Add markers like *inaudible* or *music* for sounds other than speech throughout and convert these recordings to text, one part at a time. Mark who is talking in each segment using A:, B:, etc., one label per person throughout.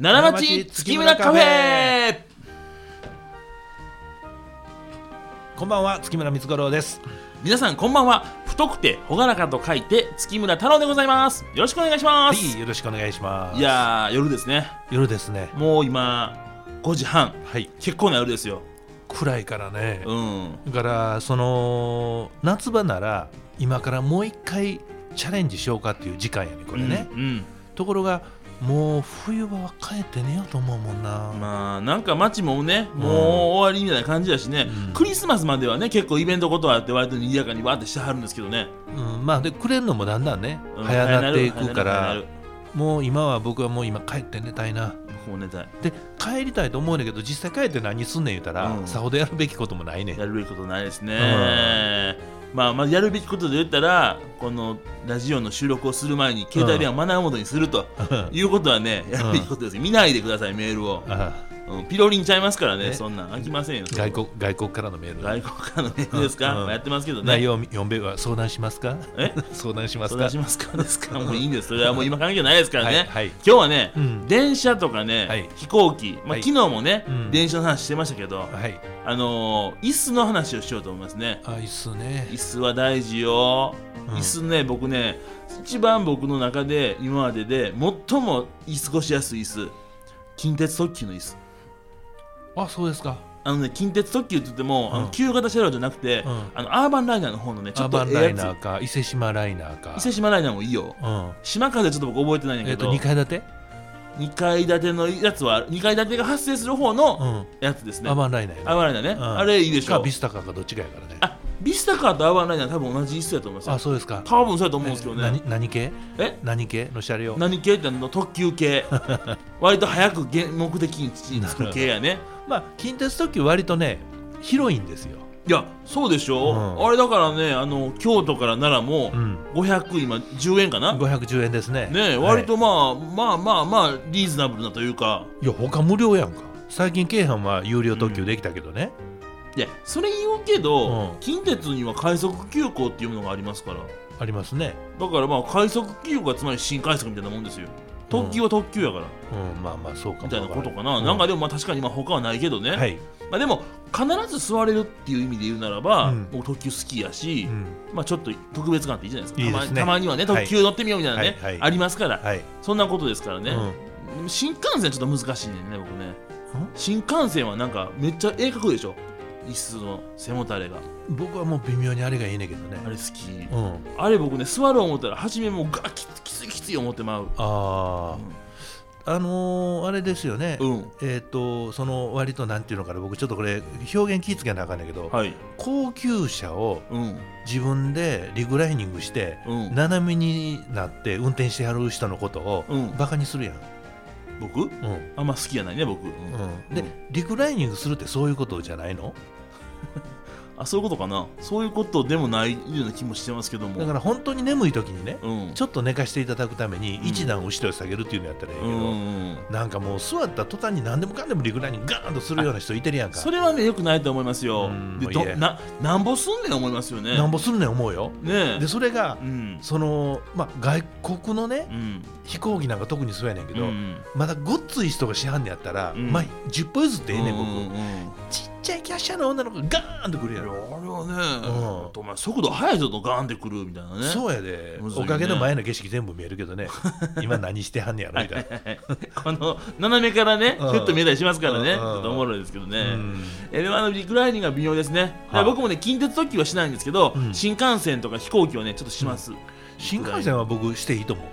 A: 奈良町月村カフェ
B: こんばんは月村光五郎です
A: 皆さんこんばんは太くて朗らかと書いて月村太郎でございますよろしくお願いしま
B: は
A: す、
B: いよろしくお願いします
A: いやー夜ですね
B: 夜ですね
A: もう今5時半
B: はい
A: 結構な夜ですよ
B: 暗いからね、
A: うん
B: だからその夏場なら今からもう一回チャレンジしようかっていう時間やねこれね、
A: うん、
B: ところがもう冬場は帰って寝ようと思うもんな、
A: うんまあなんか街もねもう終わりみたいな感じだしね、
B: うん
A: クリスマスまではね結構イベントことあって割と賑やかにわーってしてはるんですけどね、
B: うん、まあでくれるのもだんだんね、
A: うん
B: 早なっていくか
A: 早な
B: ら
A: る
B: もう今は僕はもう今帰って寝たいな
A: 早なるもう寝たい
B: で帰りたいと思うんだけど実際帰って何すんねん言うたら、
A: うん
B: さほどやるべきこともないねん *laughs*
A: やるべきことないですね、まあまずやるべきことで言ったらこのラジオの収録をする前に携帯電話をマナーモードにするということはね、やるべきことですよ見ないでくださいメールを、
B: あ
A: うんピロリンちゃいますからね
B: ね
A: そんなん飽きませんよ
B: 外国外国からのメール
A: 外国からのメールですか、
B: うんうん
A: やってますけどね
B: 内容を読んべは相談しま
A: *laughs*
B: すか
A: え
B: 相談します
A: 相
B: か
A: 談しますかですかもういいんですそれはもう今関係ないですからね、
B: はいはい
A: 今日はね、
B: うん
A: 電車とかね、
B: はい
A: 飛行機、まあ
B: はい
A: 昨日もね、
B: うん
A: 電車の話してましたけど、
B: はい
A: あのー椅子の話をしようと思いますね
B: あいいっすね
A: 椅子は大事よ、
B: うん
A: 椅子ね僕ね一番僕の中で今までで最も居過ごしやすい椅子近鉄特急の椅子
B: あそうですか
A: あのね近鉄特急って言っても、あ
B: う
A: の
B: ん
A: 旧型車両じゃなくて、
B: うん
A: あのアーバンライナーの方のねちょ
B: ア
A: っ
B: ー
A: と
B: バン
A: え
B: ラ
A: え
B: イナ
A: や
B: ーか伊勢志摩ライナーか
A: つ伊勢志摩ライナーもいいよ
B: うん
A: 島風ちょっと僕覚えてないんだ
B: え
A: け
B: っと
A: ど、
B: 2階建て、
A: 2階建てのやつは2階建てが発生する方
B: う
A: の
B: ん
A: やつですね、
B: アー
A: アー
B: バンライナーやね
A: バンライナーね、
B: うん
A: あれいいでしょ
B: かビスタカかどっちかやからね
A: あビスタカーとアーバンライナーは多分同じ椅子やと思います
B: あ
A: よ
B: そうですか
A: 多分そうやと思うんですけどね
B: 何何系
A: え
B: 何系の車両
A: 何系ってあの特急
B: *laughs*
A: 系割と早くげ目的に着く系やね
B: まあ近鉄特急割とね広いんですよ、
A: いやそうでしょ、
B: うん
A: あれだからねあの京都から奈良も
B: うん、
A: 500今10円かな、
B: 510円ですね
A: ねえ
B: はい
A: 割とまあ、まあまあまあリーズナブルなというか
B: いや他無料やんか最近京阪は有料特急できたけどね、
A: いやそれ言うけど、
B: うん
A: 近鉄には快速急行っていうものがありますから
B: ありますね
A: だからまあ快速急行がつまり新快速みたいなもんですよ特急は特急やから、
B: うんまあまあそうかも
A: みたいなことかな、
B: うん
A: なんかでもまあ確かにまあ他はないけどね、
B: はい、
A: まあ、でも必ず座れるっていう意味で言うならば、
B: うん
A: 僕特急好きやし、
B: うん、
A: まあ、ちょっと特別感っていいじゃないですか
B: いいですね
A: たまにたまにはね
B: は
A: 特
B: い
A: 急乗ってみようみたいなね、
B: はいはい
A: ありますから、
B: はい、
A: そんなことですからね、
B: うん
A: でも新幹線ちょっと難しいねんね僕ね新幹線はなんかめっちゃ絵描くでしょ椅子の背もたれが
B: 僕はもう微妙にあれがいいねんけどね
A: あれ好き、
B: うん
A: あれ僕ね座ろう思ったら初めもうガッきつきついきつい思ってまう
B: あああのー、あれですよね、
A: うん
B: えっ、とその割となんていうのかな僕ちょっとこれ表現気ぃつけなあかんねんけど、
A: はい
B: 高級車を
A: うん
B: 自分でリグライニングして、
A: うん
B: 斜めになって運転してはる人のことを
A: うん
B: バカにするやん、
A: 僕
B: うん
A: あんま好きやないね僕、うん
B: うんでリグライニングするってそういうことじゃないの
A: あそういうことかなそういうことでもないような気もしてますけども
B: だから本当に眠い時にね、
A: うん
B: ちょっと寝かしていただくために
A: ん
B: 一段後ろへ下げるっていうのやったらいいけ
A: う
B: ど、
A: んうん
B: なんかもう座った途端に何でもかんでもリグライニングガーンとするような人いてるやんか
A: それはねよくないと思いますよ
B: うん
A: で
B: もう
A: ど
B: いいや
A: ななんぼすんねん思いますよね
B: なんぼするねん思うよ
A: ねえ
B: でそれが、
A: うん
B: その、まあ、外国のね
A: うん
B: 飛行機なんか特にそうやねんけ
A: う
B: ど、
A: ん
B: まだごっつい人がしはんねやったら、
A: うん
B: まあ、10歩譲ってええねん僕、
A: うんうん
B: ちっちゃいキャッシャーの女の子がガーンとくるや
A: いや
B: ろ、
A: あれは
B: う
A: ね
B: ん
A: お前速度速いぞとガーンってくるみたいなね *laughs*
B: そうやで、
A: むずいね
B: おかげで前の景色全部見えるけ
A: *laughs*
B: どね今何してはんねやろみたいな。
A: この斜めからね
B: うん
A: ふっと見えたりしますからね
B: う
A: ち
B: ん
A: ょっとおもろいですけど
B: う
A: ね
B: ん
A: えでもあのリクライニングが微妙ですねだから僕もね近鉄特急はしないんですけど
B: うん
A: 新幹線とか飛行機はねちょっとします
B: 新幹線は僕していいと思う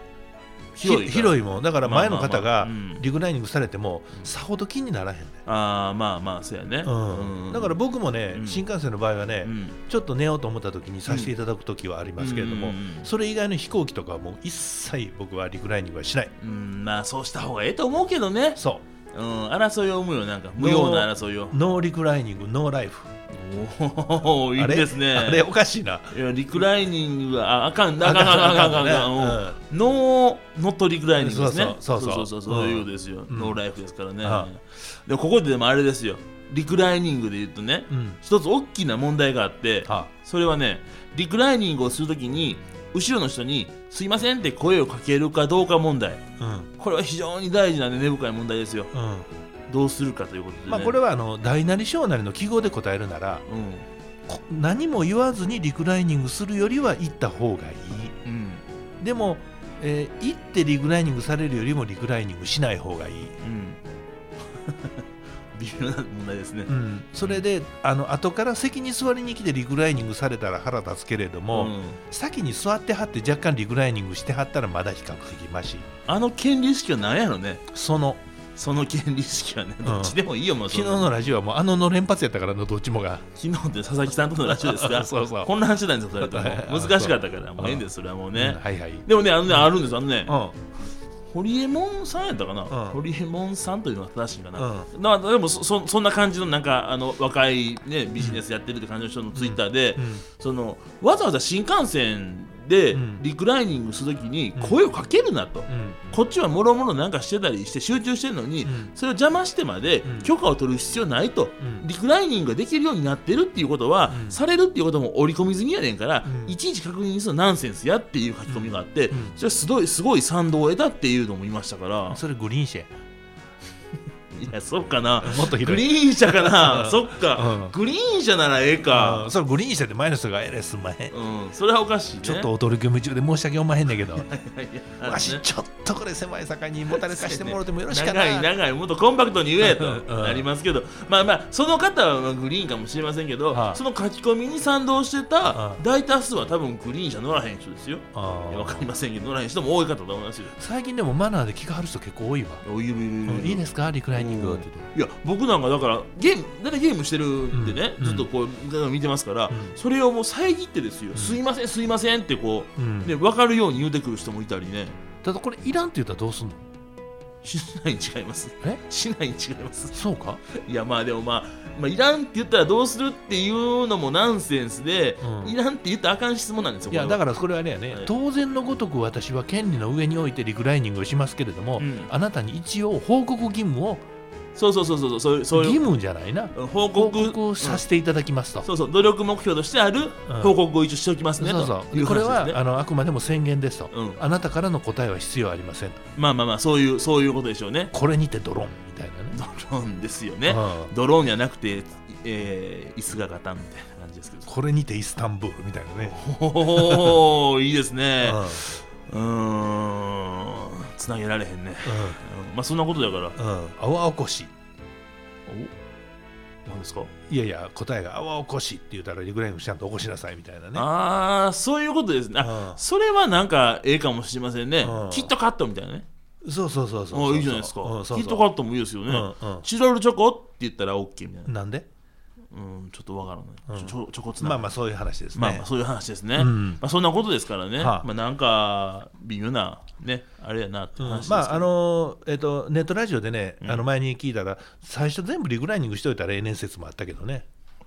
A: 広い
B: ひ
A: から
B: 広いもんだから前の方
A: まあ
B: が
A: まあまあうん
B: リグライニングされてもさほど気にならへんね、
A: ああまあまあそうやね
B: うんだから僕もね、
A: うん
B: 新幹線の場合はね、
A: うん
B: ちょっと寝ようと思った時にさせていただく時はありますけれど
A: う
B: も、
A: んうんうん
B: それ以外の飛行機とかはもう一切僕はリグライニングはしない
A: うんまあそうした方がええと思うけどね
B: そ
A: うん争いを生むよなんか無用な争いを
B: うノーリグライニングノーライフ
A: おおいい
B: あれ
A: ですね
B: あれおかしいない
A: やリクライニングはああかんあかんあかんあかんあかんあかんうんノーノットリクライニングですね
B: そうそ
A: そ
B: うそう
A: そ
B: うそうう
A: そういうことですよ、
B: うん
A: ノーライフですからね、
B: は
A: でもここででもあれですよリクライニングで言うとね
B: うん、うん
A: 一つ大きな問題があって
B: は
A: それはねリクライニングをするときに後ろの人に「すいません」って声をかけるかどうか問題
B: うん
A: これは非常に大事な、ね、根深い問題ですよ
B: うん
A: どうするかということで、ね
B: まあ、これはあの大なり小なりの記号で答えるなら
A: うん
B: こ何も言わずにリクライニングするよりは行った方がいい
A: うん
B: でも、えー行ってリクライニングされるよりもリクライニングしない方がいい、
A: うん微妙な問題ですね
B: うん、それであの後から席に座りに来てリクライニングされたら腹立つけれども、
A: うん
B: 先に座ってはって若干リクライニングしてはったらまだ比較的まし
A: あの権利意識は何やろね
B: その
A: その権利意識はね
B: ん
A: どっちでもいいよ、もうそ
B: 昨
A: ん
B: 日
A: な
B: のラジオはもうあのの連発やったからのどっちもが
A: 昨日って佐々木さんとのラジオです *laughs* が
B: そうそう
A: 混乱してたんですよそれとも
B: はいはいあ
A: 難しかったから
B: う
A: もうええんですそれはもう
B: うん
A: ね、
B: はいはい、
A: でもねあのね、あるんですあのね、
B: うん
A: ホリエモンさんやったかな、
B: ん
A: ホリエモンさんというのが正しいんかな、
B: うん
A: まあでもそそそんな感じのなんかあの若い、ね、ビジネスやってるって感じの人のツイッターで、
B: うん
A: そのわざわざ新幹線で
B: うん
A: リクライニングするときに
B: うん
A: 声をかけるなと、
B: うん
A: こっちはもろもろなんかしてたりして集中してるのに、
B: うん
A: それを邪魔してまで
B: うん
A: 許可を取る必要ないと、
B: うん
A: リクライニングができるようになってるっていうことは、
B: うん
A: されるっていうことも織り込み済みやねんから、
B: うん
A: いちいち確認するのナンセンスやっていう書き込みがあって、
B: うん
A: それはすごいすごい賛同を得たっていうのもいましたから、
B: それグリーン車や
A: いやそうかな
B: もっとひど
A: グ
B: い
A: リーン車かな
B: うん
A: そっか、
B: うん
A: グリーン車ならええ
B: う
A: か
B: ん、それグリーン車って前の人が「えれすんまへん」
A: うん、それはおかしいね
B: ちょっとお取り組み中で申し訳おまへん *laughs* ねんけど
A: *laughs* いやいや
B: わしちょっとこれ狭い坂にもたれかしてもろてもよろしかな
A: 長い長いもっとコンパクトに言え
B: う
A: と
B: ん
A: なりますけどまあまあその方はグリーンかもしれませんけど
B: はい
A: その書き込みに賛同してた
B: うん
A: 大多数は多分グリーン車乗らへん人ですよ
B: あ
A: い
B: ー
A: やわかりませんけど乗らへん人も多い方だと思いますよ
B: 最近でもマナーで聞かはる人結構多いわ
A: いやいる
B: 「
A: い
B: うん
A: るいる
B: いいですかリクライニング」って言っ
A: い
B: て
A: や僕なんかだからゲームだってゲームしてるんでね、
B: うん
A: ずっとこう見てますから、
B: うん
A: それをもう遮ってですよ、すいませんすいませんってこ
B: う
A: う、
B: ん
A: ね、分かるように言うてくる人もいたりね
B: ただこれいらんって言ったらどうすんの
A: しないに違います
B: え
A: しないに違います
B: そうか
A: いやまあでもまあ、まあ、いらんって言ったらどうするっていうのもナンセンスで、
B: うん
A: いらんって言ったらあかん質問なんですよ
B: いやだ
A: か
B: からそれはあれやね
A: はい
B: 当然のごとく私は権利の上においてリクライニングをしますけれども
A: うん
B: あなたに一応報告義務を
A: そうそうそうそうそういうそう
B: 義
A: いう
B: 務じゃないな
A: うん報
B: 報
A: 告
B: 告をさせていただきますと
A: うんそうそう努力目標としてある
B: うん
A: 報告を一応しておきますね、
B: そうそ
A: と
B: う
A: いう
B: これ
A: 話
B: は、
A: ですね
B: あのあくまでも宣言ですと、
A: うん
B: あなたからの答えは必要ありませんと
A: まあまあまあそういうそういうことでしょうね
B: これにてドロンみたいなね
A: ドローンですよね、
B: うん
A: ドローンじゃなくて、えー椅子がガタンみたいな感じですけど
B: これにてイスタンブールみたいなね、
A: おおいいですね
B: うん
A: うーんつなげられへんね、うんまあそんなことだから
B: うんうん、泡起こし
A: お何ですか
B: いやいや答えが泡起こしって言ったらリクライニングちゃんと起こしなさいみたいなね
A: ああそういうことですねあ
B: うん
A: それはなんかええかもしれませんね
B: うん
A: キットカットみたいなね
B: そうそうそう
A: あ
B: そうそう
A: ーいいじゃないですか
B: うんそうそう
A: キットカットもいいですよね
B: うんうん
A: チロルチョコって言ったら OK みたいな
B: なんで
A: うんちょっとわからな
B: う
A: い
B: ん
A: ちょチョコつな
B: ま
A: ま
B: あ
A: あま
B: まあそういう話ですね、
A: あそういう話ですね
B: うん
A: まあそんなことですからね
B: は
A: ま
B: あ
A: あなんか微妙なねあれやなって
B: うん
A: 話ですけ
B: ま
A: ど
B: ああのえっとネットラジオでね、
A: うん
B: あの前に聞いたら最初全部リクライニングしといたらええ年説もあったけどね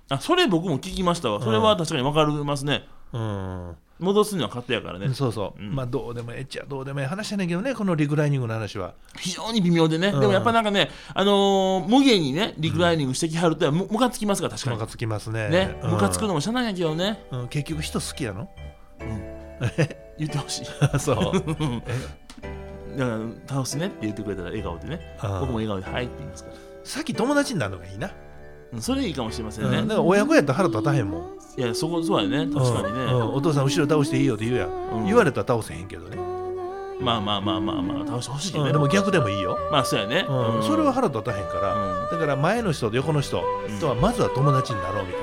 A: あそれ僕も聞きましたわそれは確かにわかりますね
B: うん
A: 戻すには勝手やからね
B: そうそう、
A: うん
B: まあどうでもええっちゃどうでもええ話やねんけどねこのリクライニングの話は
A: 非常に微妙でね
B: うん
A: でもやっぱなんかねあのー無限にねリクライニングしてきはるとむむかつきますから確か
B: ム
A: に
B: カつきますね
A: ね、
B: うん
A: ムカつくのもしゃあないんやけどね、
B: うん結局人好きやの *laughs*
A: 言ってほしい。だか *laughs*
B: あそう
A: ら、倒すねって言ってくれたら笑顔でね、
B: あー
A: 僕も笑顔で、はいって言いますから。
B: さっき友達になるのがいいな、
A: うんそれいいかもしれません
B: う
A: ね。
B: ん、だから親子やったら腹立たへんもん、
A: いや、そこ、そうやね、確かに
B: うんうん
A: ね。
B: お父さん後ろ倒していいよって言うやん、
A: うん
B: 言われたら倒せへんけどね、
A: まあまあまあまあまあ、倒してほしいけど
B: う
A: ね。
B: んでも逆でもいいよ、
A: まあ、そうやね。
B: うん
A: うん
B: それは、腹立たへんから、
A: うん
B: だから前の人と横の人とはまずは友達になろうみ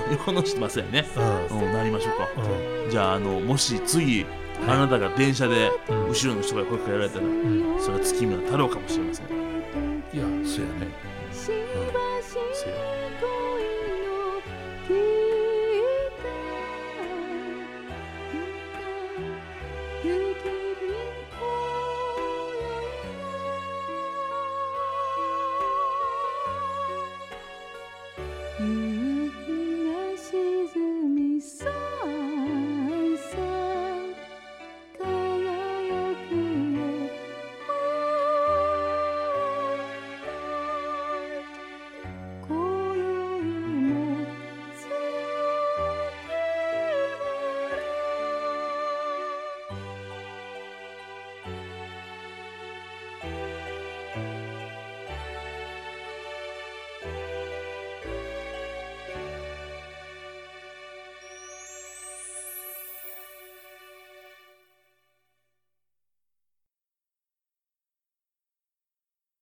B: たい
A: 横の人、まあ、そうやね。
B: な、うん
A: うん、なりましょうか。
B: う
A: じゃあ、あの、もし次、あなたが電車で、
B: うん
A: 後ろの人が声かけられたら、
B: んうん、
A: それは月村太郎かもしれません。
B: いやそうやね
A: せや
C: 夕